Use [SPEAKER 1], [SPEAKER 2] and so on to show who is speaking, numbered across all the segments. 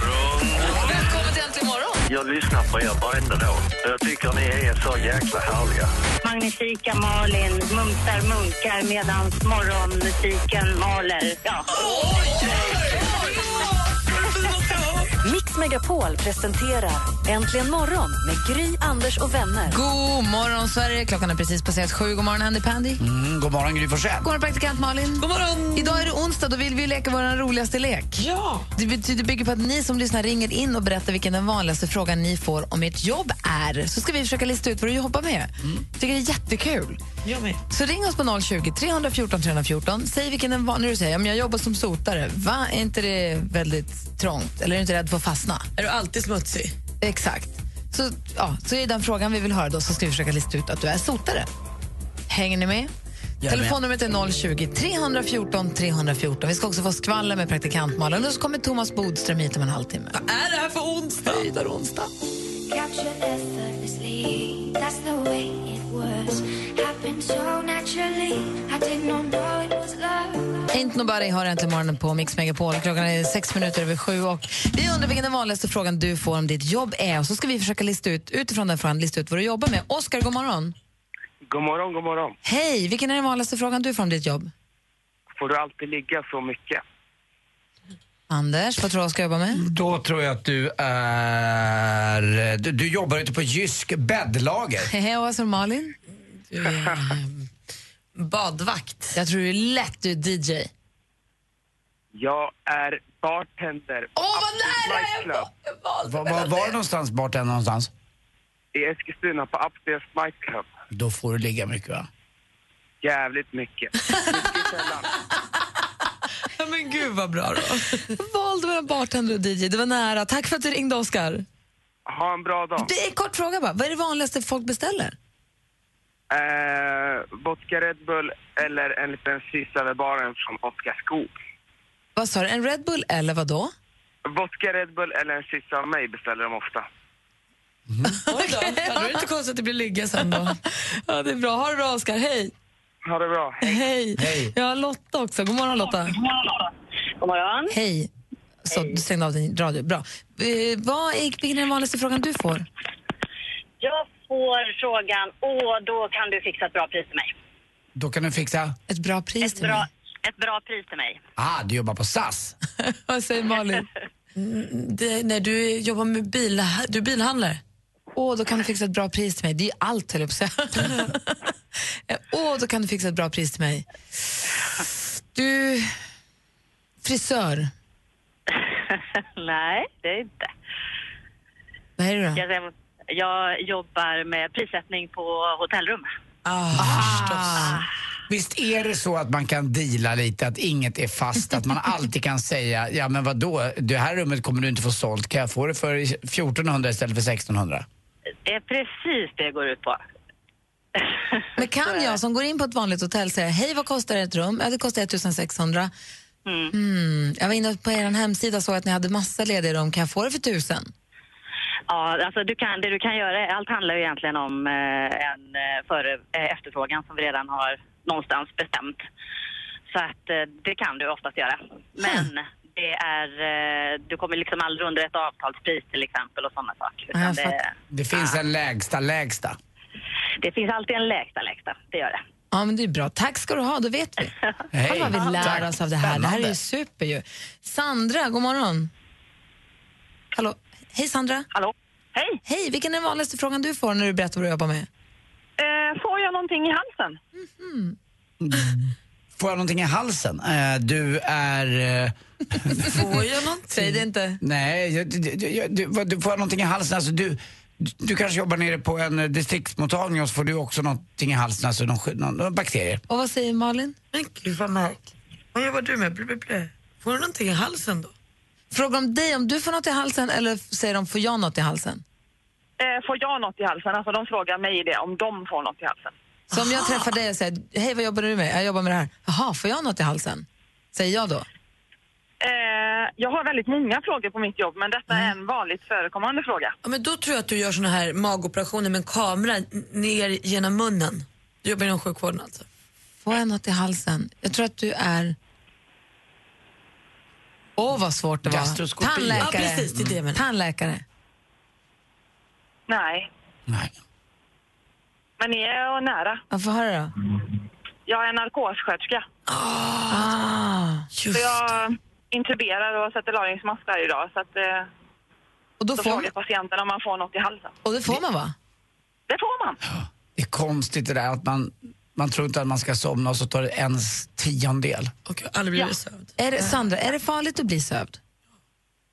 [SPEAKER 1] Välkommen till Äntligen morgon!
[SPEAKER 2] Jag lyssnar på er varenda dag. Jag tycker ni är så jäkla härliga.
[SPEAKER 3] Magnifika Malin, mumsar munkar medan morgonmusiken maler. Ja.
[SPEAKER 4] Mix Megapol presenterar Äntligen morgon med Gry, Anders och vänner.
[SPEAKER 1] God morgon, Sverige! Klockan är precis passerat sju. God morgon, Andy Pandy. God
[SPEAKER 5] Mm, God morgon, Gry Forssell.
[SPEAKER 1] morgon, praktikant Malin. God morgon! Idag är det onsdag, då vill vi leka vår roligaste lek. Ja! Det betyder bygger på att ni som lyssnar ringer in och berättar vilken den vanligaste frågan ni får om ert jobb är. Så ska vi försöka lista ut vad du jobbar med.
[SPEAKER 5] Mm.
[SPEAKER 1] tycker det är jättekul.
[SPEAKER 6] Jag med.
[SPEAKER 1] Så ring oss på 020 314 314. Säg vilken den vanligaste... Du säger om jag jobbar som sotare. Va? Är inte det väldigt trångt? Eller är du inte rädd för att fastna?
[SPEAKER 6] Är du alltid smutsig?
[SPEAKER 1] Exakt. Så, ja, så är den frågan vi vill höra då så ska vi försöka lista ut att du är sotare. Hänger ni med?
[SPEAKER 5] Jag är med.
[SPEAKER 1] Telefonnumret är 020 314 314. Vi ska också få skvaller med praktikant Malin och så kommer Thomas Bodström hit om en halvtimme.
[SPEAKER 6] Vad är det här för onsdag? onsdag.
[SPEAKER 7] Capture effortlessly. That's the way it was. Happened so naturally. I did not know it was love.
[SPEAKER 1] Ain't nobody har äntligen morgonen på Mix Megapol. Klockan är sex minuter över sju och vi undrar vilken den vanligaste frågan du får om ditt jobb är och så ska vi försöka lista ut utifrån den frågan lista ut vad du jobbar med. Oskar, god morgon.
[SPEAKER 2] God morgon, god morgon.
[SPEAKER 1] Hej, vilken är den vanligaste frågan du får om ditt jobb?
[SPEAKER 2] Får du alltid ligga så mycket?
[SPEAKER 1] Anders, vad tror du Oskar jobbar med?
[SPEAKER 5] Då tror jag att du är... Du, du jobbar ute på Jysk bäddlager.
[SPEAKER 1] Hej, vad sa alltså Malin?
[SPEAKER 6] Du är ehm, badvakt.
[SPEAKER 1] Jag tror det är lätt du är DJ.
[SPEAKER 2] Jag är bartender.
[SPEAKER 1] Åh, vad nära jag
[SPEAKER 2] Nightclub.
[SPEAKER 1] var! Jag valde
[SPEAKER 5] Var,
[SPEAKER 1] mellan
[SPEAKER 5] var, var
[SPEAKER 1] det.
[SPEAKER 5] någonstans bartendern någonstans?
[SPEAKER 2] I Eskilstuna på Upstairs Nightclub.
[SPEAKER 5] Då får du ligga mycket va?
[SPEAKER 2] Jävligt mycket.
[SPEAKER 6] Ja, men gud vad bra då.
[SPEAKER 1] Jag valde mellan bartender och DJ. Det var nära. Tack för att du ringde, Oskar.
[SPEAKER 2] Ha en bra dag.
[SPEAKER 1] Det är en kort fråga bara. Vad är det vanligaste folk beställer?
[SPEAKER 2] Eh, vodka Red Bull eller en liten sista vid baren från Oskar Skog.
[SPEAKER 1] Vad sa du? En Red Bull eller vad då?
[SPEAKER 2] Vodka Red Bull eller en sista av mig beställer de ofta.
[SPEAKER 6] Oj då. Ja, då är det inte konstigt att det blir ligga sen då.
[SPEAKER 1] Ja, det är bra. Ha det bra, Oskar. Hej!
[SPEAKER 2] Ha det bra.
[SPEAKER 1] Hej!
[SPEAKER 5] Hej.
[SPEAKER 1] Jag har Lotta också. God morgon, Lotta.
[SPEAKER 3] God morgon.
[SPEAKER 1] Hej. Så, du stängde av din radio. Bra. Eh, vad är, vilken är den vanligaste frågan du får?
[SPEAKER 3] Jag får frågan, åh, då kan du fixa ett bra pris till mig.
[SPEAKER 5] Då kan du fixa...
[SPEAKER 1] Ett bra pris
[SPEAKER 3] Ett
[SPEAKER 1] till
[SPEAKER 3] bra,
[SPEAKER 1] mig.
[SPEAKER 3] ett bra pris till mig.
[SPEAKER 5] Ah, du jobbar på SAS.
[SPEAKER 1] Vad säger Malin? Mm,
[SPEAKER 6] Det, när du jobbar med bil, du är bilhandlare.
[SPEAKER 1] Åh, då kan du fixa ett bra pris till mig. Det är ju allt, höll jag på att säga. Eh, Åh, då kan du fixa ett bra pris till mig. Du, frisör.
[SPEAKER 3] Nej, det är inte.
[SPEAKER 1] Vad är det då?
[SPEAKER 3] Jag, säger- jag jobbar med prissättning på hotellrum.
[SPEAKER 1] Ah.
[SPEAKER 5] Visst är det så att man kan deala lite, att inget är fast, att man alltid kan säga ja men vadå, det här rummet kommer du inte få sålt, kan jag få det för 1400 istället för 1600?
[SPEAKER 3] Det är precis det jag går ut på.
[SPEAKER 1] Men kan jag som går in på ett vanligt hotell säga hej, vad kostar ett rum? Ja, det kostar 1600. Mm. Jag var inne på er hemsida och såg att ni hade massa lediga rum. Kan jag få det för tusen?
[SPEAKER 3] Ja, alltså du kan, det du kan göra, allt handlar ju egentligen om eh, en eh, före, eh, efterfrågan som vi redan har någonstans bestämt. Så att eh, det kan du oftast göra. Men det är, eh, du kommer liksom aldrig under ett avtalspris till exempel och sådana saker. Utan
[SPEAKER 1] jag
[SPEAKER 3] det,
[SPEAKER 1] fattar.
[SPEAKER 5] Det finns
[SPEAKER 1] Ah.
[SPEAKER 5] en lägsta lägsta.
[SPEAKER 3] det finns alltid en lägsta lägsta, det gör det.
[SPEAKER 1] Ja, men det är bra. Tack ska du ha, då vet vi.
[SPEAKER 5] Hej.
[SPEAKER 1] Kolla vad vi
[SPEAKER 5] Tack.
[SPEAKER 1] lär oss av det här. Det här är ju
[SPEAKER 5] Spännande.
[SPEAKER 1] super ju. Sandra, god morgon. Hallå. Hej Sandra.
[SPEAKER 3] Hallå? Hej!
[SPEAKER 1] Hej, vilken är den vanligaste frågan du får när du berättar vad du jobbar med?
[SPEAKER 3] Eh, får jag någonting i halsen?
[SPEAKER 5] Får jag någonting i halsen? Eh, du är... eh,
[SPEAKER 6] Får jag någonting?
[SPEAKER 1] Säg det inte.
[SPEAKER 5] nej, jag, jag, jag, du, vad, du får jag någonting i halsen? Alltså du, du, du kanske jobbar nere på en eh, distriktsmottagning och så får du också någonting i halsen, alltså någon, sky- någon, någon bakterie.
[SPEAKER 1] Och vad säger Malin?
[SPEAKER 6] Men gud vad märkligt. Vad jobbar du med? Blä, blä, blä. Får du någonting i halsen då?
[SPEAKER 1] Frågar de dig om du får något i halsen eller f- säger de får jag något i halsen?
[SPEAKER 3] eh, får jag något i halsen? Alltså de frågar mig det, om de får något i halsen.
[SPEAKER 7] Så om jag träffar dig och säger, hej vad jobbar du med? Jag jobbar med det här. Jaha, får jag något i halsen? Säger jag då?
[SPEAKER 3] Eh, jag har väldigt många frågor på mitt jobb, men detta är
[SPEAKER 7] Mm.
[SPEAKER 3] en vanligt förekommande fråga.
[SPEAKER 1] Ja, men då tror jag att du gör såna här magoperationer med en kamera n- ner genom munnen. Du jobbar inom sjukvården alltså.
[SPEAKER 7] Får jag något i halsen? Jag tror att du är... Åh, vad svårt det var.
[SPEAKER 1] Gastroskopi.
[SPEAKER 7] Tandläkare.
[SPEAKER 1] Ja, precis, det är det jag menar.
[SPEAKER 7] Tandläkare.
[SPEAKER 3] Nej.
[SPEAKER 8] Nej.
[SPEAKER 3] Men ni är nära.
[SPEAKER 7] Ja, Få höra då.
[SPEAKER 3] Jag är narkossköterska.
[SPEAKER 7] Ah.
[SPEAKER 3] Så jag intuberar och sätter lagringsmask varje dag. Så att, eh,
[SPEAKER 7] och då
[SPEAKER 3] då
[SPEAKER 7] får-
[SPEAKER 3] frågar patienten om man får något i halsen.
[SPEAKER 7] Och det får man va?
[SPEAKER 3] Det får man.
[SPEAKER 8] Det är konstigt det där att man, man tror inte att man ska somna och så tar det ens tiondel.
[SPEAKER 1] Okay, aldrig blir
[SPEAKER 3] Ja.
[SPEAKER 1] sövd.
[SPEAKER 7] Är det, Sandra, är det farligt att bli sövd?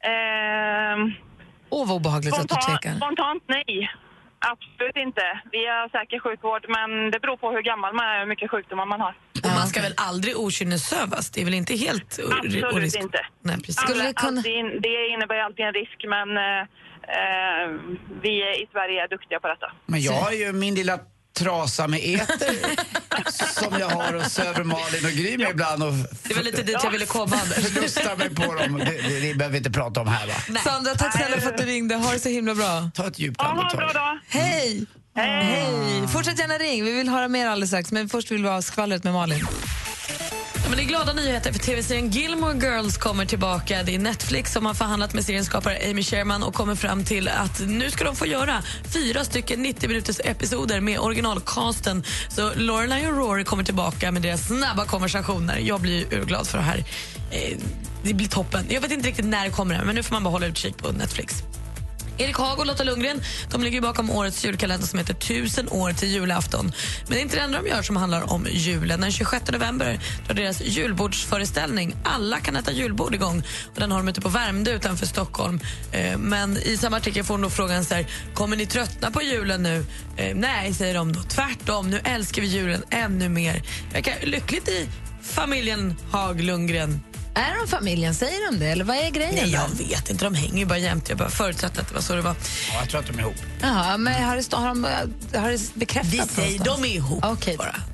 [SPEAKER 3] Ehm,
[SPEAKER 7] Åh, vad obehagligt att du
[SPEAKER 3] spontan-
[SPEAKER 7] tvekar.
[SPEAKER 3] spontant nej. Absolut inte. Vi har säker sjukvård, men det beror på hur gammal man är och hur mycket sjukdomar man har.
[SPEAKER 1] Och man ska väl aldrig okynnessövas? Det är väl inte helt o-
[SPEAKER 3] Absolut
[SPEAKER 1] orisk-
[SPEAKER 3] inte.
[SPEAKER 1] Nej, precis.
[SPEAKER 3] Alla- alltid, det innebär ju alltid en risk, men eh, eh, vi i Sverige är duktiga på detta.
[SPEAKER 8] Men jag har ju min lilla trasa med eter som jag har och söver Malin och Gry med ibland. Och
[SPEAKER 1] Det var lite dit jag ville komma, Anders.
[SPEAKER 8] förlustar mig på dem. Det, det, det behöver vi inte prata om här va?
[SPEAKER 7] Sandra, tack snälla för att du ringde. Ha det så himla
[SPEAKER 1] Mm.
[SPEAKER 7] bra.
[SPEAKER 8] Ta ett djupt andetag.
[SPEAKER 7] Hej! Hej! Fortsätt gärna ring. Vi vill höra mer alldeles strax, men först vill vi ha skvallret med Malin.
[SPEAKER 1] Ja, Men det är glada nyheter för tv-serien Gilmore Girls kommer tillbaka. Det är Netflix som har förhandlat med seriens skapare Amy Sherman och kommer fram till att nu ska de få göra fyra stycken 90 minuters episoder med originalcasten. Så Lorelai och Rory kommer tillbaka med deras snabba konversationer. Jag blir ju urglad för det här. Eh, Det blir toppen. Jag vet inte riktigt när det kommer, men nu får man bara hålla utkik på Netflix. Erik Haag och Lotta Lundgren de ligger ju bakom årets julkalender som heter Tusen år till julafton. Men det är inte det enda de gör som handlar om julen. Den 26 november drar deras julbordsföreställning Alla kan äta julbord igång. Och den har de ute på Värmdö utanför Stockholm. Eh, Men i samma artikel får de då frågan så här, kommer ni tröttna på julen nu? Eh, Nej, säger de då. Tvärtom, nu älskar vi julen ännu mer. Verkar lyckligt i familjen Haag Lundgren.
[SPEAKER 7] Är de familjen? Säger de det? Eller vad är grejen?
[SPEAKER 1] Nej,
[SPEAKER 7] där?
[SPEAKER 1] jag vet inte. De hänger ju bara jämt. Jag bara förutsatte att det var så det var.
[SPEAKER 8] Ja, jag tror att de är ihop.
[SPEAKER 7] Jaha, men har det, stå- har de, har det bekräftat
[SPEAKER 1] Vi säger de är ihop bara.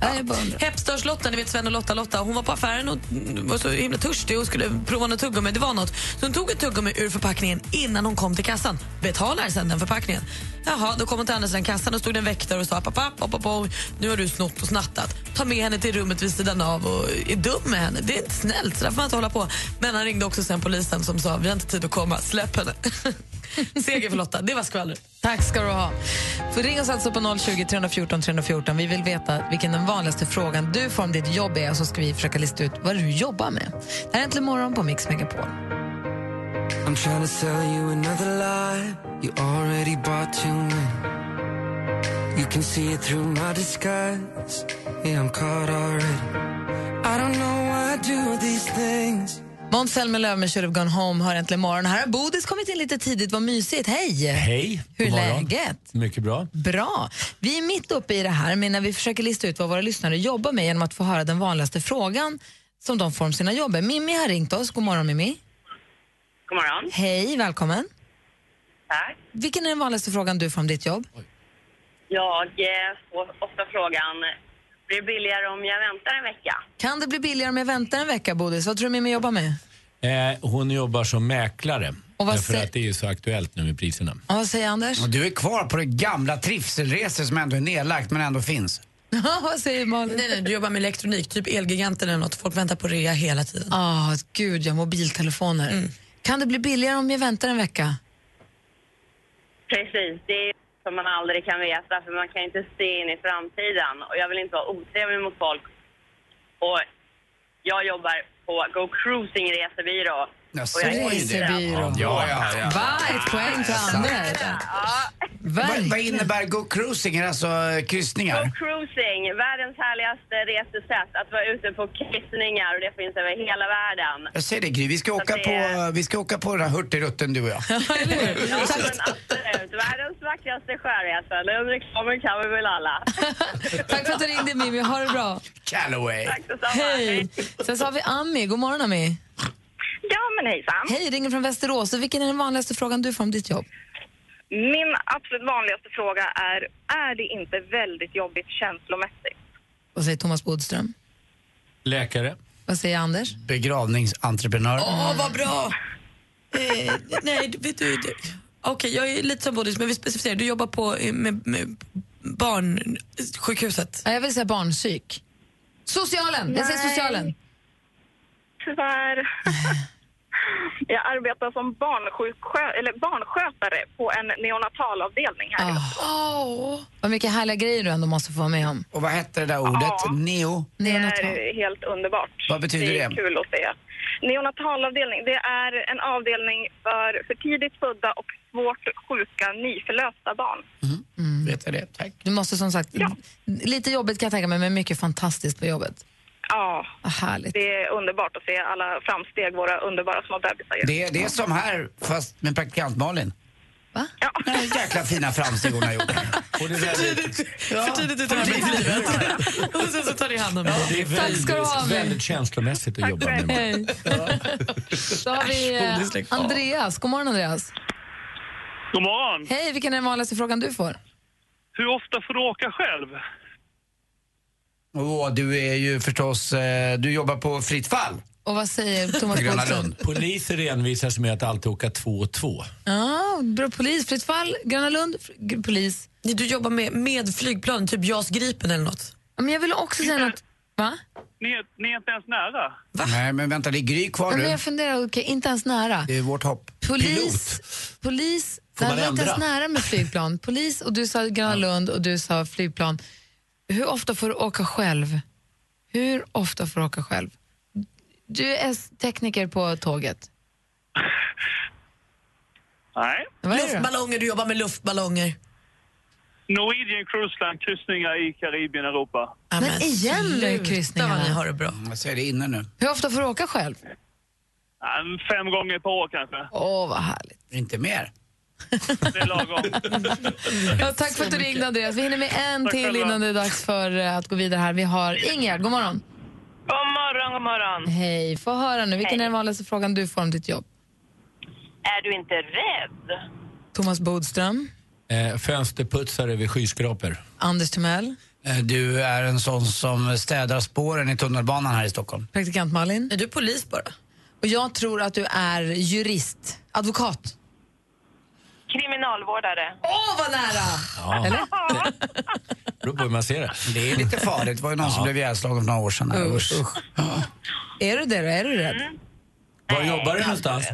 [SPEAKER 7] Ja, jag bara undrar.
[SPEAKER 1] Hepstörslotta, ni vet Sven och Lotta, Lotta, hon var på affären och var så himla törstig och skulle prova något tuggummi, det var något. Så hon tog ett tuggummi ur förpackningen innan hon kom till kassan. Betalar sen den förpackningen. Jaha, då kom hon till andra sidan kassan och stod det en väktare och sa pappa, pappa, pappa, nu har du snott och snattat. Ta med henne till rummet vid sidan av och är dum med henne. Det är inte snällt, så där får man inte hålla på. Men han ringde också sen polisen som sa, vi har inte tid att komma, släpp henne. Seger för Lotta, det var skvallret.
[SPEAKER 7] Tack ska du ha. För ring oss alltså på 020 314 314. Vi vill veta vilken den vanligaste frågan du får om ditt jobb är så ska vi försöka lista ut vad du jobbar med. Det här är Äntligen morgon på Mix Megapol.
[SPEAKER 9] I'm trying to sell you another lie. You already bought too many. You can see it through my disguise. Yeah, I'm caught already. I don't know why I do these things.
[SPEAKER 7] Måns Zelmerlöw med Should have gone home hör Äntligen morgon. Här har Bodis kommit in lite tidigt. Vad mysigt. Hej!
[SPEAKER 10] Hej!
[SPEAKER 7] Hur är
[SPEAKER 10] god morgon.
[SPEAKER 7] läget?
[SPEAKER 10] Mycket bra.
[SPEAKER 7] Bra. Vi är mitt uppe i det här men när vi försöker lista ut vad våra lyssnare jobbar med genom att få höra den vanligaste frågan som de får om sina jobb. Mimmi har ringt oss. God morgon, Mimmi.
[SPEAKER 11] God morgon.
[SPEAKER 7] Hej, välkommen.
[SPEAKER 11] Tack.
[SPEAKER 7] Vilken är den vanligaste frågan du får om ditt jobb?
[SPEAKER 11] Jag eh, får ofta frågan, blir det billigare om jag väntar en vecka?
[SPEAKER 7] Kan det bli billigare om jag väntar en vecka, Bodis? Vad tror du Mimmi jobbar med?
[SPEAKER 10] Eh, hon jobbar som mäklare.
[SPEAKER 7] Och vad
[SPEAKER 10] därför
[SPEAKER 7] sä-
[SPEAKER 10] att det är ju så aktuellt nu med priserna.
[SPEAKER 7] Ja, vad säger Anders?
[SPEAKER 8] Och du är kvar på det gamla trivselresor som ändå är nedlagt men ändå finns.
[SPEAKER 7] vad säger Malin?
[SPEAKER 1] Nej, nej, du jobbar med elektronik, typ Elgiganten eller något. Folk väntar på rea hela tiden. Mm.
[SPEAKER 7] Ah, gud ja, mobiltelefoner. Kan det bli billigare om jag väntar en vecka?
[SPEAKER 11] Precis, det är som man aldrig kan veta för man kan inte se in i framtiden och jag vill inte vara otrevlig mot folk. Och jag jobbar på Go Cruising resebyrå.
[SPEAKER 8] Jaså,
[SPEAKER 11] Och jag är
[SPEAKER 8] oj, det-
[SPEAKER 7] Resebyrå.
[SPEAKER 8] Ja, ja, ja.
[SPEAKER 7] Va? Ett poäng till
[SPEAKER 8] Ja,
[SPEAKER 7] Anders.
[SPEAKER 8] Vad,
[SPEAKER 7] Verkligen.
[SPEAKER 8] vad innebär go cruising? Är det Alltså eh,
[SPEAKER 11] Go
[SPEAKER 8] kryssningar?
[SPEAKER 11] Cruising, världens härligaste resesätt. Att vara ute på kryssningar och det finns över hela världen.
[SPEAKER 8] Jag säger det Gry, vi ska
[SPEAKER 11] Så
[SPEAKER 8] åka
[SPEAKER 11] det-
[SPEAKER 8] på, vi ska åka på den här hurtigruten du och jag.
[SPEAKER 11] Ja, Alltså, men absolut. Världens vackraste sjöresa. Den reklamen kan vi väl alla.
[SPEAKER 7] Tack för att du ringde Mimmi, ha det bra.
[SPEAKER 8] Calloway.
[SPEAKER 7] Hej! Sen så har vi Ami. God morgon Ami.
[SPEAKER 12] Ja, men hejsan.
[SPEAKER 7] Hej, ringer från Västerås. Och Vilken är den vanligaste frågan du får om ditt jobb?
[SPEAKER 3] Min absolut vanligaste fråga är, är det inte väldigt jobbigt känslomässigt?
[SPEAKER 1] Vad säger Thomas Bodström?
[SPEAKER 13] Läkare.
[SPEAKER 1] Vad säger Anders?
[SPEAKER 8] Begravningsentreprenör.
[SPEAKER 9] Åh, vad bra! Eh, nej, vet du... du Okej, jag är lite som Bodis, men vi specificerar. Du jobbar på eh, med, med barnsjukhuset.
[SPEAKER 1] Ja, jag vill säga barnpsyk. Socialen! Jag säger
[SPEAKER 3] Nej.
[SPEAKER 1] socialen.
[SPEAKER 3] Tyvärr. Jag arbetar som barnsjuksjö, eller barnskötare på en neonatalavdelning här.
[SPEAKER 1] Ah. Oh. Vad mycket härliga grejer du ändå måste få vara med om.
[SPEAKER 8] Och vad hette det där ordet? Neo?
[SPEAKER 3] Det är helt underbart.
[SPEAKER 8] Vad betyder
[SPEAKER 3] det? är
[SPEAKER 8] det?
[SPEAKER 3] kul att se. Neonatalavdelning, det är en avdelning för för tidigt födda och svårt sjuka nyförlösta barn.
[SPEAKER 8] Mhm.
[SPEAKER 9] Mm.
[SPEAKER 8] Vet jag det? Tack.
[SPEAKER 1] Du måste som sagt, lite jobbigt kan jag tänka mig, men mycket fantastiskt på jobbet.
[SPEAKER 3] Ja,
[SPEAKER 1] Vad härligt.
[SPEAKER 3] det är underbart att se alla framsteg våra underbara små bebisar gör.
[SPEAKER 8] Det, det är som här, fast med praktikant Malin.
[SPEAKER 1] Va?
[SPEAKER 8] Ja. Jäkla fina framsteg hon har gjort.
[SPEAKER 9] För tidigt ute i livet. Och sen så tar ni hand om
[SPEAKER 13] Ja, det
[SPEAKER 9] det.
[SPEAKER 13] är väldigt, väldigt
[SPEAKER 9] Väldigt-
[SPEAKER 13] känslomässigt att jobba med.
[SPEAKER 1] Hej. Då har vi
[SPEAKER 13] Äsch,
[SPEAKER 1] eh,
[SPEAKER 13] Bodis, lägg av.
[SPEAKER 1] Andreas. God morgon, Andreas.
[SPEAKER 2] God morgon!
[SPEAKER 1] Hej, vilken är den vanligaste frågan du får?
[SPEAKER 2] Hur ofta får du åka själv?
[SPEAKER 8] Åh, du är ju förstås, eh, du jobbar på Fritt fall.
[SPEAKER 1] Och vad säger Thomas Bodström?
[SPEAKER 13] Poliser envisas med att alltid åka två och två.
[SPEAKER 1] Ja, bra polis, fritt fall, Gröna Lund, fr- gr- polis.
[SPEAKER 9] Nej, du jobbar med, med flygplan, typ JAS Gripen eller något.
[SPEAKER 1] Ja, Men jag vill också säga något. Va?
[SPEAKER 2] Ni är, ni är inte ens nära.
[SPEAKER 8] Nej, men vänta, det är Gry kvar
[SPEAKER 1] Ja,
[SPEAKER 8] nu.
[SPEAKER 1] men jag funderar, okej, inte ens nära.
[SPEAKER 8] Det är vårt hopp.
[SPEAKER 1] Polis, polis,
[SPEAKER 8] Får
[SPEAKER 1] nej,
[SPEAKER 8] man
[SPEAKER 1] det var inte ens
[SPEAKER 8] ändra?
[SPEAKER 1] nära med flygplan. Polis och du sa Gröna Lund och du sa flygplan. Hur ofta får du åka själv? Hur ofta får du åka själv? Du är s- tekniker på tåget.
[SPEAKER 2] Nej.
[SPEAKER 1] Vad är det då?
[SPEAKER 9] Luftballonger, du jobbar med luftballonger.
[SPEAKER 2] Norwegian Cruise Line kryssningar i Karibien, Europa.
[SPEAKER 1] Men, igen nu kryssningarna.
[SPEAKER 9] det bra.
[SPEAKER 8] Mm, Jag säger det innan nu.
[SPEAKER 1] Hur ofta får du åka själv?
[SPEAKER 2] Ja, Fem gånger per år kanske.
[SPEAKER 1] Åh, vad härligt.
[SPEAKER 8] Inte mer.
[SPEAKER 2] Det är lagom.
[SPEAKER 1] Ja, tack för att du ringde, Andreas. Vi hinner med en
[SPEAKER 2] Tack
[SPEAKER 1] till
[SPEAKER 2] själva.
[SPEAKER 1] innan det är dags för eh, att gå vidare här. Vi har Ingegerd, god morgon.
[SPEAKER 14] God morgon, god morgon.
[SPEAKER 1] Hej, få höra nu. Vilken är den vanligaste frågan du får om ditt jobb?
[SPEAKER 14] Är du inte rädd?
[SPEAKER 1] Thomas Bodström,
[SPEAKER 13] Eh, fönsterputsare vid skyskrapor.
[SPEAKER 1] Anders Timell,
[SPEAKER 8] Eh, Du är en sån som städar spåren i tunnelbanan här i Stockholm.
[SPEAKER 1] praktikant Malin.
[SPEAKER 9] Är du polis bara?
[SPEAKER 1] Och jag tror att du är jurist, advokat.
[SPEAKER 14] Kriminalvårdare.
[SPEAKER 1] Åh, vad nära!
[SPEAKER 13] Ja.
[SPEAKER 1] Eller?
[SPEAKER 13] Beror på hur man ser det.
[SPEAKER 8] Det är lite farligt. Det var ju någon som blev ihjälslagen för några år sedan. här. Usch.
[SPEAKER 1] Är du det då? Är du
[SPEAKER 9] Mm.
[SPEAKER 1] rädd?
[SPEAKER 13] Var jobbar du någonstans?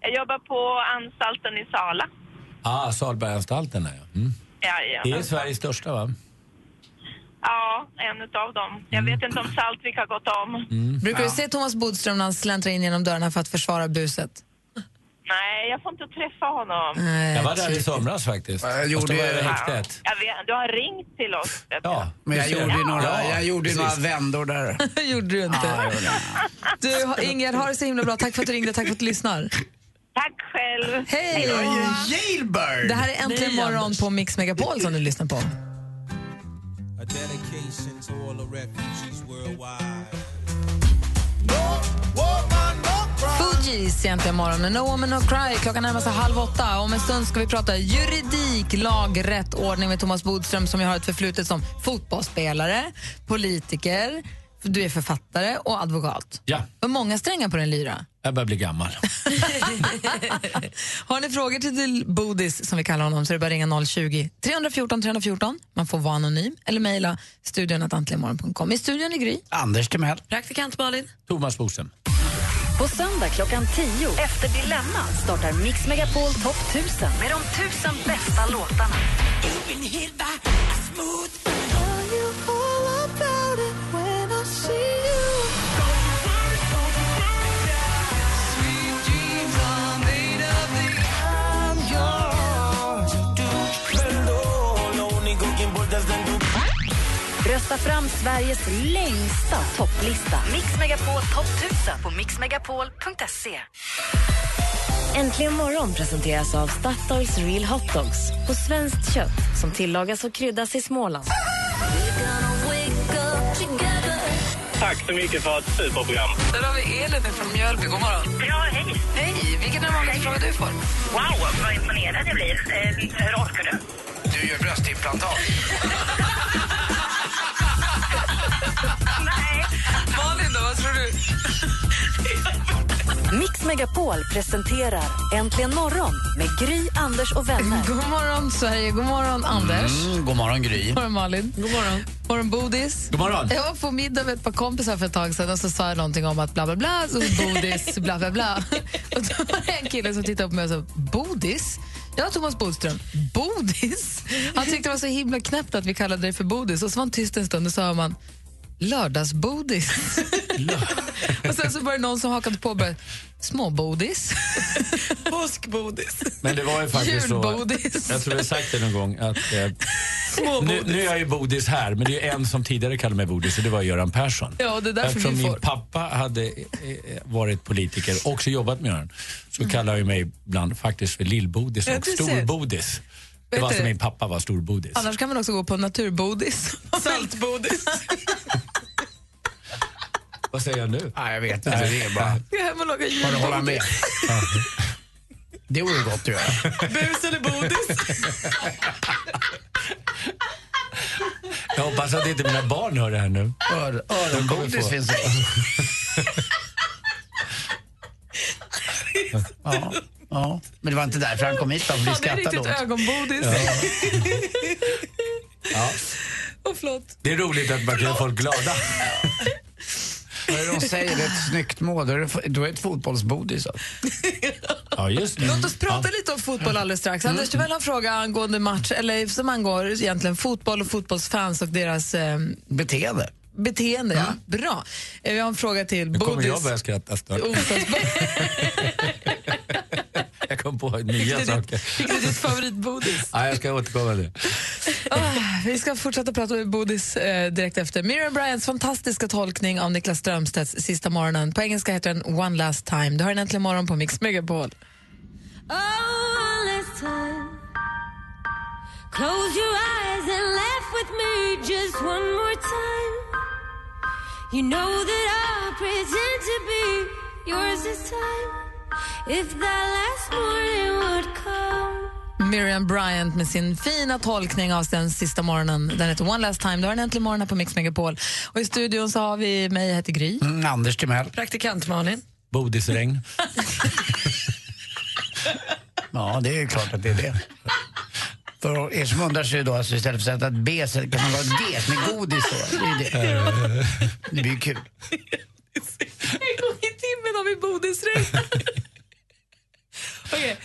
[SPEAKER 14] Jag jobbar på anstalten i Sala.
[SPEAKER 13] Ah, Salbergaanstalten. där, Ja. Mm. Det är
[SPEAKER 14] Jajamän.
[SPEAKER 13] Sveriges största, va?
[SPEAKER 14] Ja, en utav dem. Jag vet inte om Saltvik har gått om.
[SPEAKER 1] Brukar du se Thomas Bodström när han släntrar in genom dörrarna för att försvara buset?
[SPEAKER 14] Nej, jag får inte träffa honom.
[SPEAKER 13] Jag var där i somras faktiskt. Fast då
[SPEAKER 8] gjorde
[SPEAKER 13] var
[SPEAKER 8] ju-
[SPEAKER 13] jag i häktet.
[SPEAKER 14] Jag vet, du har ringt till oss. vet jag.
[SPEAKER 8] Men jag gjorde ju några,
[SPEAKER 13] Ja,
[SPEAKER 8] jag gjorde ju några
[SPEAKER 13] precis.
[SPEAKER 8] vändor där.
[SPEAKER 1] gjorde du inte. Du, ha- Ingegerd, ha det så himla bra. Tack för att du ringde, tack för att du lyssnar.
[SPEAKER 14] Tack själv.
[SPEAKER 1] Hej!
[SPEAKER 8] Jag är ju jailbird!
[SPEAKER 1] Det här är Äntligen morgon på Mix Megapol som du lyssnar på. Fugees egentligen morgon med No Woman No Cry. Klockan närmar sig halv åtta. Om en stund ska vi prata juridik, lag, rätt ordning med Thomas Bodström som jag har ett förflutet som fotbollsspelare, politiker, du är författare och advokat.
[SPEAKER 13] Ja,
[SPEAKER 1] Vad många strängar på den lyra.
[SPEAKER 13] jag börjar bli gammal.
[SPEAKER 1] Har ni frågor till- till Bodis, som vi kallar honom, så är det bara att ringa 020 314 314. Man får vara anonym eller mejla studion.antligenmorgon.com. I studion i Gry.
[SPEAKER 8] Anders Timell.
[SPEAKER 9] Praktikant Malin.
[SPEAKER 13] Thomas Bodström.
[SPEAKER 7] På söndag klockan 10 efter Dilemma startar Mix Megapol Topp 1000 med de tusen bästa låtarna. Rösta fram Sveriges längsta topplista. Mix Megapol Topp 1000 på mixmegapol.se. Äntligen morgon presenteras av Statoils Real Hot Dogs på svenskt kött som tillagas och kryddas i Småland.
[SPEAKER 15] Tack så mycket för ett superprogram.
[SPEAKER 1] Där har vi Elin från Mjölby. God morgon.
[SPEAKER 3] Ja, hej.
[SPEAKER 1] Hej. Vilken är den vanligaste frågan du får?
[SPEAKER 3] Wow, vad imponerad jag blir. Eh, hur orkar du?
[SPEAKER 8] Du gör bröstimplantat.
[SPEAKER 1] Malin då, vad tror du?
[SPEAKER 16] Mix Megapol presenterar Äntligen morgon med Gry, Anders och vänner.
[SPEAKER 1] God morgon, Sverige. God morgon, Anders.
[SPEAKER 8] Mm, god morgon, Gry.
[SPEAKER 1] God morgon, Malin. God morgon. morgon, Bodis.
[SPEAKER 8] God morgon.
[SPEAKER 1] Jag var på middag med ett par kompisar för ett tag sedan och så sa jag någonting om att bla, bla, bla, så Bodis, bla, bla, bla. Och då var det en kille som tittade på mig och sa Bodis? Ja, Thomas Bodström. Bodis? Han tyckte det var så himla knäppt att vi kallade dig för Bodis. Och så var han tyst en stund och sa man lördagsbodis. och sen så var det någon som hakade på och började, småbodis.
[SPEAKER 17] Påskbodis.
[SPEAKER 13] Men det var ju faktiskt
[SPEAKER 1] Julbodis.
[SPEAKER 13] så... Jag tror jag har sagt det någon gång. Att, eh, nu,
[SPEAKER 17] Småbodis.
[SPEAKER 13] nu är jag ju bodis här, men det är ju en som tidigare kallade mig bodis och det var Göran Persson.
[SPEAKER 1] Ja, och det är därför
[SPEAKER 13] Eftersom
[SPEAKER 1] vi
[SPEAKER 13] min
[SPEAKER 1] får.
[SPEAKER 13] pappa hade eh, eh, varit politiker och också jobbat med Göran så kallade han ju mig ibland faktiskt för lillbodis
[SPEAKER 1] Mm. Ja,
[SPEAKER 13] och
[SPEAKER 1] du ser.
[SPEAKER 13] storbodis. Det
[SPEAKER 1] Vet
[SPEAKER 13] var
[SPEAKER 1] du-
[SPEAKER 13] alltså min pappa var storbodis.
[SPEAKER 1] Annars kan man också gå på naturbodis.
[SPEAKER 17] Saltbodis.
[SPEAKER 13] Vad säger jag nu?
[SPEAKER 8] Nej, jag vet inte. Det är bara...
[SPEAKER 17] Ska hem och laga
[SPEAKER 8] Bara hålla
[SPEAKER 17] julbord.
[SPEAKER 8] med. Det vore gott att göra.
[SPEAKER 17] Bus eller bodis?
[SPEAKER 13] Jag hoppas att inte mina barn hör det här nu.
[SPEAKER 8] Ör,
[SPEAKER 13] De kommer
[SPEAKER 8] örongodis
[SPEAKER 13] få-
[SPEAKER 8] finns det. ja, ja. Men det var inte därför han kom hit, bara för
[SPEAKER 1] det
[SPEAKER 8] vi
[SPEAKER 1] är
[SPEAKER 8] skrattade
[SPEAKER 1] riktigt
[SPEAKER 8] åt.
[SPEAKER 1] ögonbodis.
[SPEAKER 13] Ja.
[SPEAKER 1] Och förlåt.
[SPEAKER 13] Det är roligt att man kan göra folk glada.
[SPEAKER 8] Vad är det de säger? Det är ett snyggt mål. Då är det, då är det ett fotbollsbodis. alltså.
[SPEAKER 13] Mm. Ja, Mm. just
[SPEAKER 1] Låt oss prata lite om fotboll alldeles strax. Anders Timell har en fråga angående match, eller som angår egentligen fotboll och fotbollsfans och deras eh,
[SPEAKER 8] Beteende.
[SPEAKER 1] beteende. Ja. Bra. Eh, Vi har en fråga till
[SPEAKER 13] Nu Mm. kommer
[SPEAKER 1] Bodis.
[SPEAKER 13] jag börja skratta snart.
[SPEAKER 1] Onsdagsbo-
[SPEAKER 13] Jag kom på nya
[SPEAKER 1] Vilket är ditt-
[SPEAKER 13] saker.
[SPEAKER 1] vilket är ditt favoritbodis?
[SPEAKER 13] Ja, jag ska återkomma till det.
[SPEAKER 1] Ah, vi ska fortsätta prata med Bodis eh, direkt efter. Miriam Bryants fantastiska tolkning av Niklas Strömstedts Sista morgonen. På engelska heter den One last time. Du har den äntligen morgon på Mix Megapol.
[SPEAKER 7] Close your eyes and laugh with me just one more time. You know that I'll pretend to be yours this time. If that last morning would come.
[SPEAKER 1] Miriam Bryant med sin fina tolkning av den sista morgonen. Den heter One last time. Du har den äntligen morgon här på Mix Megapol. Och I studion så har vi mig, jag heter Gry.
[SPEAKER 8] Mm, Anders Timell.
[SPEAKER 17] Praktikant Malin.
[SPEAKER 13] Bodisregn.
[SPEAKER 8] Ja, det är klart att det är det. För er som undrar så är det då alltså istället för att sätta ett B så kan man ha ett G som är godis då. Det, är det. det blir ju kul.
[SPEAKER 1] En gång i timmen har vi Bodisregn. Okej.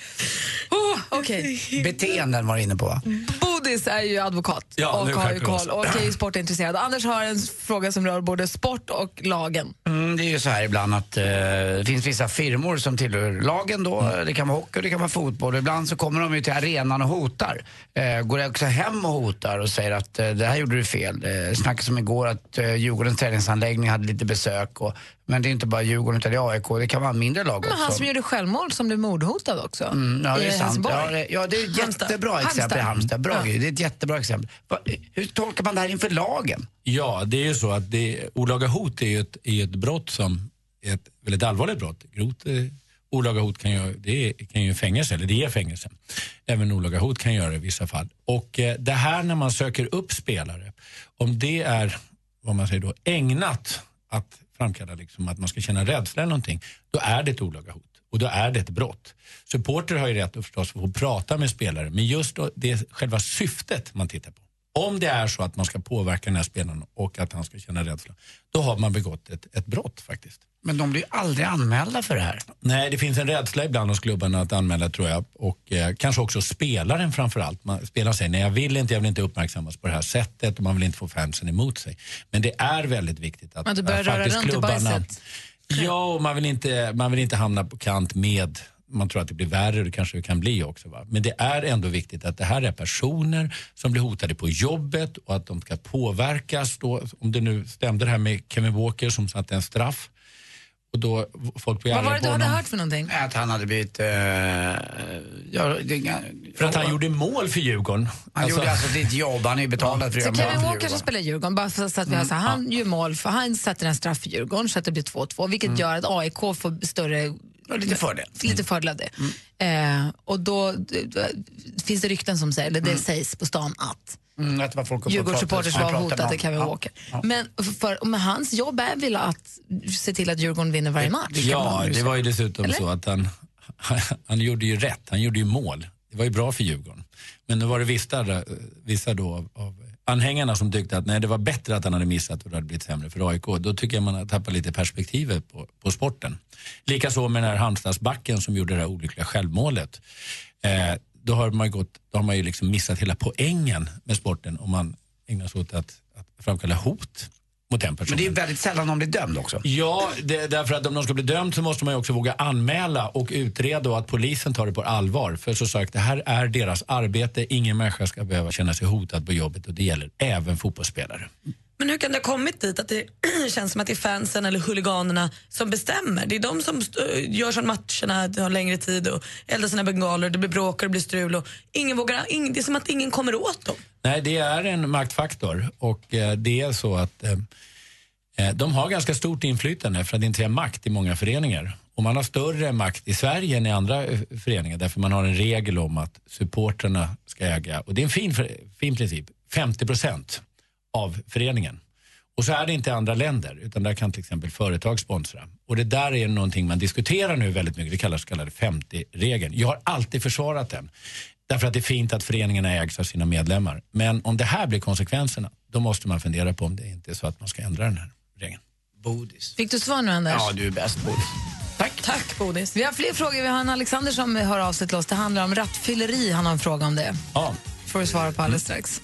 [SPEAKER 1] Oh, okej.
[SPEAKER 8] Beteenden var du inne på va?
[SPEAKER 1] Bodis är ju advokat
[SPEAKER 8] Ja,
[SPEAKER 1] och
[SPEAKER 8] nu
[SPEAKER 1] har ju
[SPEAKER 8] skärper vi oss.
[SPEAKER 1] koll och är ju sportintresserad. Anders har en fråga som rör både sport och lagen.
[SPEAKER 8] Mm, det är ju så här ibland att eh, det finns vissa firmor som tillhör lagen då. Det kan vara hockey, det kan vara fotboll. Ibland så kommer de ju till arenan och hotar. Eh, går också hem och hotar och säger att eh, det här gjorde du fel. Eh, snackas som igår att eh, Djurgårdens träningsanläggning hade lite besök. Och, men det är inte bara Djurgården utan det är AIK, det kan vara mindre lag
[SPEAKER 1] Men
[SPEAKER 8] också.
[SPEAKER 1] han som gjorde självmord som blev mordhotad också.
[SPEAKER 8] Mm, ja, det är
[SPEAKER 1] I
[SPEAKER 8] sant.
[SPEAKER 1] Eh, Helsingborg.
[SPEAKER 8] Ja, det, ja, det är ett
[SPEAKER 1] Halmstad.
[SPEAKER 8] jättebra exempel i Halmstad. Bra, Gry. Det är ett jättebra exempel. Va, hur tolkar man det här inför lagen?
[SPEAKER 13] Ja, det är ju så att det, olaga hot är ju ett, är ju ett brott som är ett väldigt allvarligt brott. Grovt eh, olaga hot kan ju, det är- kan ju fängelse, eller det är fängelse. Även olaga hot kan göra det i vissa fall. Och eh, det här när man söker upp spelare, om det är vad man säger då, ägnat att framkalla liksom, att man ska känna rädsla eller någonting, då är det ett olaga hot. Och då är det ett brott. Supporter har ju rätt att förstås få prata med spelare, men just då, det är själva syftet man tittar på. Om det är så att man ska påverka den här spelaren och att han ska känna rädsla, då har man begått ett, ett brott faktiskt.
[SPEAKER 8] Men de blir ju aldrig anmälda för det här.
[SPEAKER 13] Nej, det finns en rädsla ibland hos klubbarna att anmäla tror jag. Och eh, kanske också spelaren framförallt. Man- Spelaren säger nej jag vill inte, jag vill inte uppmärksammas på det här sättet och man vill inte få fansen emot sig. Men det är väldigt viktigt att,
[SPEAKER 1] Men du börjar
[SPEAKER 13] att
[SPEAKER 1] röra runt i bajset.
[SPEAKER 13] Ja, och man vill, inte, man vill inte hamna på kant med man tror att det blir värre, det kanske det kan bli också. Va? Men det är ändå viktigt att det här är personer som blir hotade på jobbet och att de ska påverkas. Då, om det nu stämde det här med Kevin Walker som satte en straff
[SPEAKER 8] Och då v- folk blir
[SPEAKER 1] Vad
[SPEAKER 8] arga
[SPEAKER 1] var det
[SPEAKER 8] på
[SPEAKER 1] du hade
[SPEAKER 8] honom.
[SPEAKER 1] hört för någonting?
[SPEAKER 5] Att han hade blivit... Eh, ja, det,
[SPEAKER 8] För att han gjorde mål för Djurgården.
[SPEAKER 5] Han
[SPEAKER 8] Alltså-
[SPEAKER 5] gjorde alltså ditt jobb, han är ju betald för att
[SPEAKER 1] Så
[SPEAKER 5] göra
[SPEAKER 1] Kevin
[SPEAKER 5] mål för
[SPEAKER 1] Walker som
[SPEAKER 5] Djurgården.
[SPEAKER 1] spelar i Djurgården, bara för så att vi har så här, han gör mål, för han sätter en straff för Djurgården så att det blir 2-2, vilket
[SPEAKER 5] Mm.
[SPEAKER 1] gör att AIK får större...
[SPEAKER 5] lite fördel. Mm.
[SPEAKER 1] Lite fördel av det. Eh, och då, då finns det rykten som säger, eller det sägs på stan att
[SPEAKER 5] Mm, att det var folk och
[SPEAKER 1] Djurgårdssupporters
[SPEAKER 5] pratade-
[SPEAKER 1] var
[SPEAKER 5] pratade med honom.
[SPEAKER 1] hotade Kevin
[SPEAKER 5] Ja.
[SPEAKER 1] Walker. Men, för, men hans jobb är väl att se till att Djurgården vinner varje match?
[SPEAKER 8] Ja, det var ju dessutom
[SPEAKER 1] Eller?
[SPEAKER 8] så att han, han gjorde ju rätt. Han gjorde ju mål. Det var ju bra för Djurgården. Men nu var det vissa, vissa då av, av anhängarna som tyckte att nej, det var bättre att han hade missat och det hade blivit sämre för AIK. Då tycker jag man tappar lite perspektivet på, på sporten. Likaså med den här Halmstadsbacken som gjorde det här olyckliga självmålet. Eh, då, har man ju gått, då har man ju liksom missat hela poängen med sporten om man ägnar sig åt att, att framkalla hot mot den personen.
[SPEAKER 5] Men det är väldigt sällan de blir dömd också.
[SPEAKER 8] Ja, det, därför att om de ska bli dömd så måste man ju också våga anmäla och utreda och att polisen tar det på allvar. För så sagt, det här är deras arbete. Ingen människa ska behöva känna sig hotad på jobbet och det gäller även fotbollsspelare.
[SPEAKER 6] Men hur kan det ha kommit dit att det känns som att det är fansen eller huliganerna som bestämmer? Det är de som st- eh, gör sån matcherna, det har längre tid och eldar sina bengaler, det blir bråk och det blir strul och ingen vågar, ingen, det är som att ingen kommer åt dem.
[SPEAKER 8] Nej, det är en maktfaktor och eh, det är så att eh, eh, de har ganska stort inflytande för att inte säga makt i många föreningar. Och man har större makt i Sverige än i andra eh, föreningar därför man har en regel om att supporterna ska äga, och det är en fin, för- fin princip, 50 procent av föreningen. Och så är det inte i andra länder, utan där kan till exempel företag sponsra. Och det där är någonting man diskuterar nu väldigt mycket, det kallas så kallade 50-regeln. Jag har alltid försvarat den. Därför att det är fint att föreningarna ägs av sina medlemmar. Men om det här blir konsekvenserna, då måste man fundera på om det inte är så att man ska ändra den här regeln.
[SPEAKER 5] Bodis.
[SPEAKER 1] Fick du svar nu, Anders?
[SPEAKER 5] Ja, du är bäst Bodis. Tack.
[SPEAKER 6] Tack, Bodis.
[SPEAKER 1] Vi har fler frågor. Vi har en Alexander som hör av sig till oss. Det handlar om rattfylleri. Han har en fråga om det.
[SPEAKER 8] Ja.
[SPEAKER 1] får du svara på alldeles strax.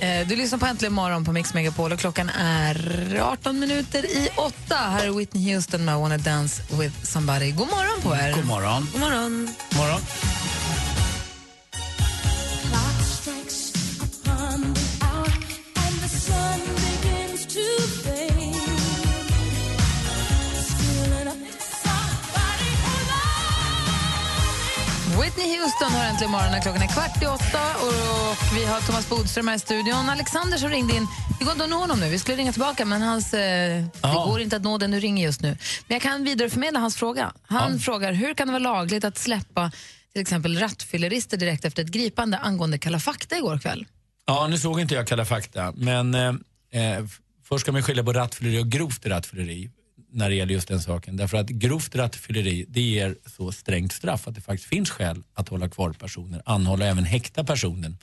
[SPEAKER 1] Eh, Du lyssnar på Äntligen morgon på Mix Megapol och klockan är 18 minuter i 8. Här är Whitney Houston med I wanna dance with somebody. God morgon på er!
[SPEAKER 5] God morgon.
[SPEAKER 1] God morgon!
[SPEAKER 8] morgon.
[SPEAKER 1] Whitney Houston har äntligen morgon när klockan är kvart i åtta och vi har Thomas Bodström här i studion. Alexander som ringde in, det går inte att nå honom nu, vi skulle ringa tillbaka men hans, eh, det
[SPEAKER 18] Ja.
[SPEAKER 1] går inte att nå den du ringer just nu. Men jag kan vidareförmedla hans fråga. Han frågar hur kan det vara lagligt att släppa till exempel rattfyllerister direkt efter ett gripande angående Kalla fakta igår kväll?
[SPEAKER 8] Ja, nu såg inte jag Kalla fakta, men eh, eh, f- först ska man skilja på rattfylleri och grovt rattfylleri när det gäller just den saken. Därför att grovt rattfylleri, det ger så strängt straff att det faktiskt finns skäl att hålla kvar personer, anhålla och även häkta personen.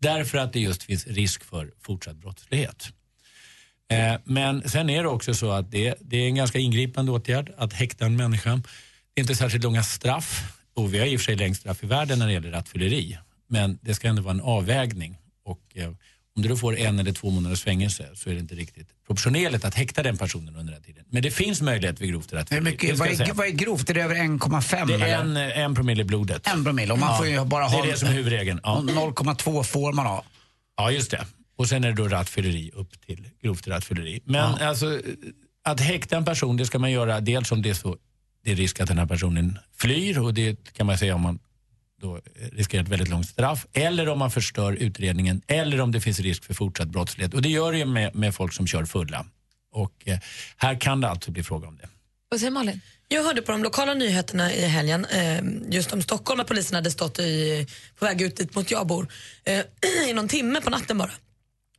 [SPEAKER 8] Därför att det just finns risk för fortsatt brottslighet. Eh, men sen är det också så att det, det är en ganska ingripande åtgärd att häkta en människa. Det är inte särskilt långa straff. Och vi har i och för sig längst straff i världen när det gäller rattfylleri. Men det ska ändå vara en avvägning. Och, eh, om du då får en eller två månaders fängelse så är det inte riktigt proportionerligt att häkta den personen under den tiden. Men det finns möjlighet vid grovt
[SPEAKER 5] Hur
[SPEAKER 8] rattfylleri.
[SPEAKER 5] mycket,
[SPEAKER 8] det ska
[SPEAKER 5] vad,
[SPEAKER 8] jag säga.
[SPEAKER 5] är, vad är grovt? Är det över 1,5?
[SPEAKER 8] Det är
[SPEAKER 5] eller?
[SPEAKER 8] en, eh, en promille i blodet.
[SPEAKER 5] En promille, och man får ju bara ha-
[SPEAKER 8] Det är det som är huvudregeln. Ja.
[SPEAKER 5] Och 0,2 får man ha.
[SPEAKER 8] Ja, just det. Och sen är det då rattfylleri upp till grovt rattfylleri. Men alltså, att häkta en person, det ska man göra dels om det är så det är risk att den här personen flyr och det kan man säga om man då riskerar ett väldigt långt straff. Eller om man förstör utredningen eller om det finns risk för fortsatt brottslighet. Och det gör det ju med, med folk som kör fulla. Och eh, här kan det alltså bli fråga om det.
[SPEAKER 1] Vad säger Malin?
[SPEAKER 6] Jag hörde på de lokala nyheterna i helgen, eh, just om Stockholm, att polisen hade stått i, på väg ut dit mot jag bor, eh, i någon timme på natten bara.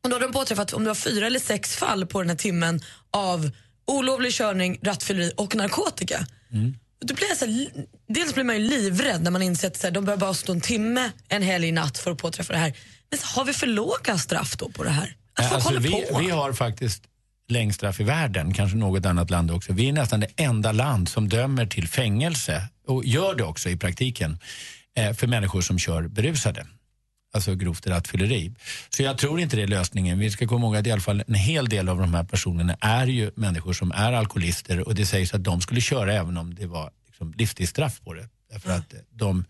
[SPEAKER 6] Och då hade de påträffat om det var fyra eller sex fall på den här timmen av olovlig körning, rattfylleri och narkotika.
[SPEAKER 8] Mm.
[SPEAKER 6] Då blir jag så här, li- dels blir man ju livrädd när man inser att så här, de behöver bara stå en timme en helg i natt för att påträffa det här. Men så har vi för låga straff då på det här? Att folk
[SPEAKER 8] Alltså,
[SPEAKER 6] håller
[SPEAKER 8] vi,
[SPEAKER 6] på.
[SPEAKER 8] vi har faktiskt längst straff i världen, kanske något annat land också. Vi är nästan det enda land som dömer till fängelse, och gör det också i praktiken, eh, för människor som kör berusade. Alltså grovt rattfylleri. Så jag tror inte det är lösningen. Vi ska komma ihåg att i alla fall en hel del av de här personerna är ju människor som är alkoholister och det sägs att de skulle köra även om det var liksom livstidsstraff på det. Därför att eh, de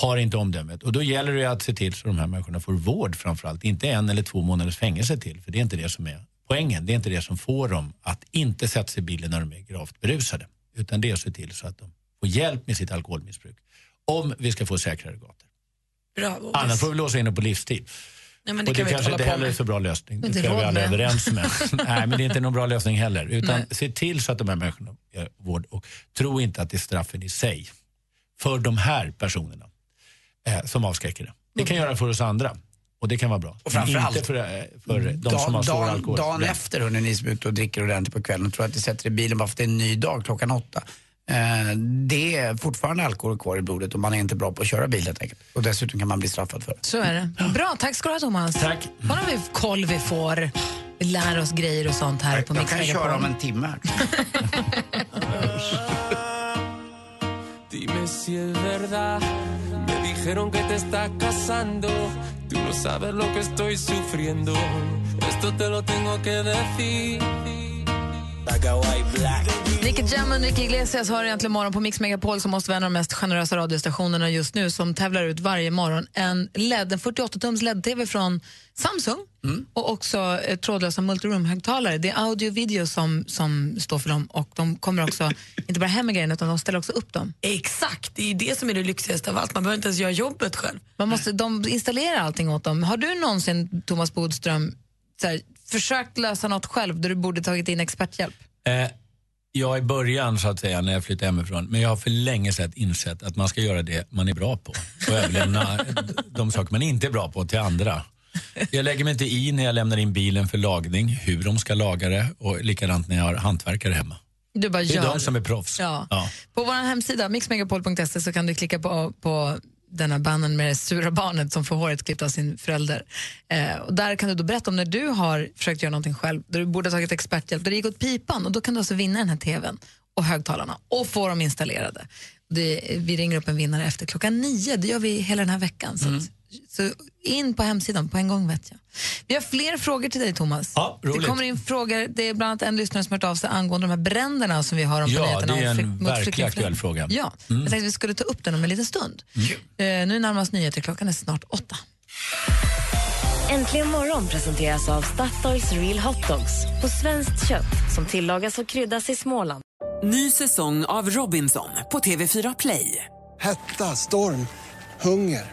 [SPEAKER 8] har inte omdömet. Och då gäller det ju att se till så de här människorna får vård framförallt. Inte en eller två månaders fängelse till, för det är inte det som är poängen. Det är inte det som får dem att inte sätta sig i bilen när de är gravt berusade. Utan det är att se till så att de får hjälp med sitt alkoholmissbruk. Om vi ska få säkrare gator.
[SPEAKER 6] Bra, Boris.
[SPEAKER 8] Annars får vi låsa in dem på livstid.
[SPEAKER 6] Nej, men
[SPEAKER 8] och det
[SPEAKER 6] kan vi
[SPEAKER 8] kanske
[SPEAKER 6] inte hålla på
[SPEAKER 8] inte heller är
[SPEAKER 6] med.
[SPEAKER 8] så bra lösning.
[SPEAKER 6] Men
[SPEAKER 8] Det
[SPEAKER 6] det
[SPEAKER 8] tror jag vi
[SPEAKER 6] råd
[SPEAKER 8] alla är
[SPEAKER 6] med.
[SPEAKER 8] överens med. Nej, men det är inte någon bra lösning heller. Utan
[SPEAKER 6] Nej.
[SPEAKER 8] se till så att de här människorna gör vård. Och tro inte att det är straffen i sig för de här personerna eh, som avskräcker det. Det kan göra för oss andra och det kan vara bra.
[SPEAKER 5] Och
[SPEAKER 8] Men
[SPEAKER 5] framförallt-
[SPEAKER 8] inte för, eh, för de som har
[SPEAKER 5] dagen,
[SPEAKER 8] stora
[SPEAKER 5] dagen,
[SPEAKER 8] alkohol.
[SPEAKER 5] dagen efter hörni, ni som är ute och dricker ordentligt på kvällen och tror att ni sätter er i bilen bara för att det är en ny dag klockan åtta. Eh, det är fortfarande alkohol kvar i blodet och man är inte bra på att köra bil helt enkelt. Och dessutom kan man bli straffad för det.
[SPEAKER 1] Så är det. Bra, tack ska du ha Thomas.
[SPEAKER 5] Tack.
[SPEAKER 1] Kolla vi koll vi får. Vi lär oss grejer och sånt här på
[SPEAKER 5] Jag
[SPEAKER 1] Mix
[SPEAKER 5] kan
[SPEAKER 1] Megapol.
[SPEAKER 5] köra om en timme. här.
[SPEAKER 18] Dime si es verdad. Me dijeron que te estás casando. Tú no sabes lo que estoy sufriendo. Esto te lo tengo que decir.
[SPEAKER 1] Nicky Jam och Enrique Iglesias har egentligen morgon på Mix Megapol som måste vara en av de mest generösa radiostationerna just nu som tävlar ut varje morgon en LED, en 48-tums LED-TV från Samsung
[SPEAKER 6] Mm.
[SPEAKER 1] och också eh, trådlösa multiroom-högtalare. Det är audio och video som, som står för dem och de kommer också inte bara hem med grejerna utan de ställer också upp dem.
[SPEAKER 6] Exakt, det är ju det som är det lyxigaste av allt. Man behöver inte ens göra jobbet själv.
[SPEAKER 1] Man måste, de installerar allting åt dem. Har du någonsin, Thomas Bodström, så här, försökt lösa något själv där du borde tagit in experthjälp?
[SPEAKER 8] Eh, jag i början så att säga när jag flyttade hemifrån. Men jag har för länge sedan insett att man ska göra det man är bra på. Och överlämna de saker man inte är bra på till andra. Jag lägger mig inte i när jag lämnar in bilen för lagning, hur de ska laga det och likadant när jag har hantverkare hemma.
[SPEAKER 1] Du bara
[SPEAKER 8] Det är
[SPEAKER 1] gör.
[SPEAKER 8] de som är proffs.
[SPEAKER 1] Ja.
[SPEAKER 8] Ja.
[SPEAKER 1] På vår hemsida mixmegapol.se så kan du klicka på, på denna bannern med det sura barnet som får håret klippt av sin förälder. Eh, och där kan du då berätta om när du har försökt göra någonting själv, där du borde ha tagit experthjälp, där det gick åt pipan och då kan du alltså vinna den här tvn och högtalarna och få dem installerade. Det, vi ringer upp en vinnare efter klockan nio, det gör vi hela den här veckan. Så, att,
[SPEAKER 8] Mm.
[SPEAKER 1] så in på hemsidan på en gång vet jag. Vi har fler frågor till dig Thomas.
[SPEAKER 8] Ja,
[SPEAKER 1] det
[SPEAKER 8] roligt.
[SPEAKER 1] kommer in frågor, det är bland annat en lyssnare som har hört av sig angående de här bränderna som vi har om
[SPEAKER 8] Ja,
[SPEAKER 1] planeterna
[SPEAKER 8] det är
[SPEAKER 1] och
[SPEAKER 8] en
[SPEAKER 1] flyk- mot
[SPEAKER 8] verklig
[SPEAKER 1] flyktingflöden.
[SPEAKER 8] aktuell fråga.
[SPEAKER 1] Ja,
[SPEAKER 8] Mm.
[SPEAKER 1] jag tänkte att vi skulle ta upp den om en liten stund. Eh, nu närmar oss nyheter, klockan är snart åtta.
[SPEAKER 4] Äntligen morgon presenteras av Statoils Real Hot Dogs på svenskt kött som tillagas och kryddas i Småland.
[SPEAKER 9] Ny säsong av Robinson på TV4 Play.
[SPEAKER 13] Hetta, storm, hunger.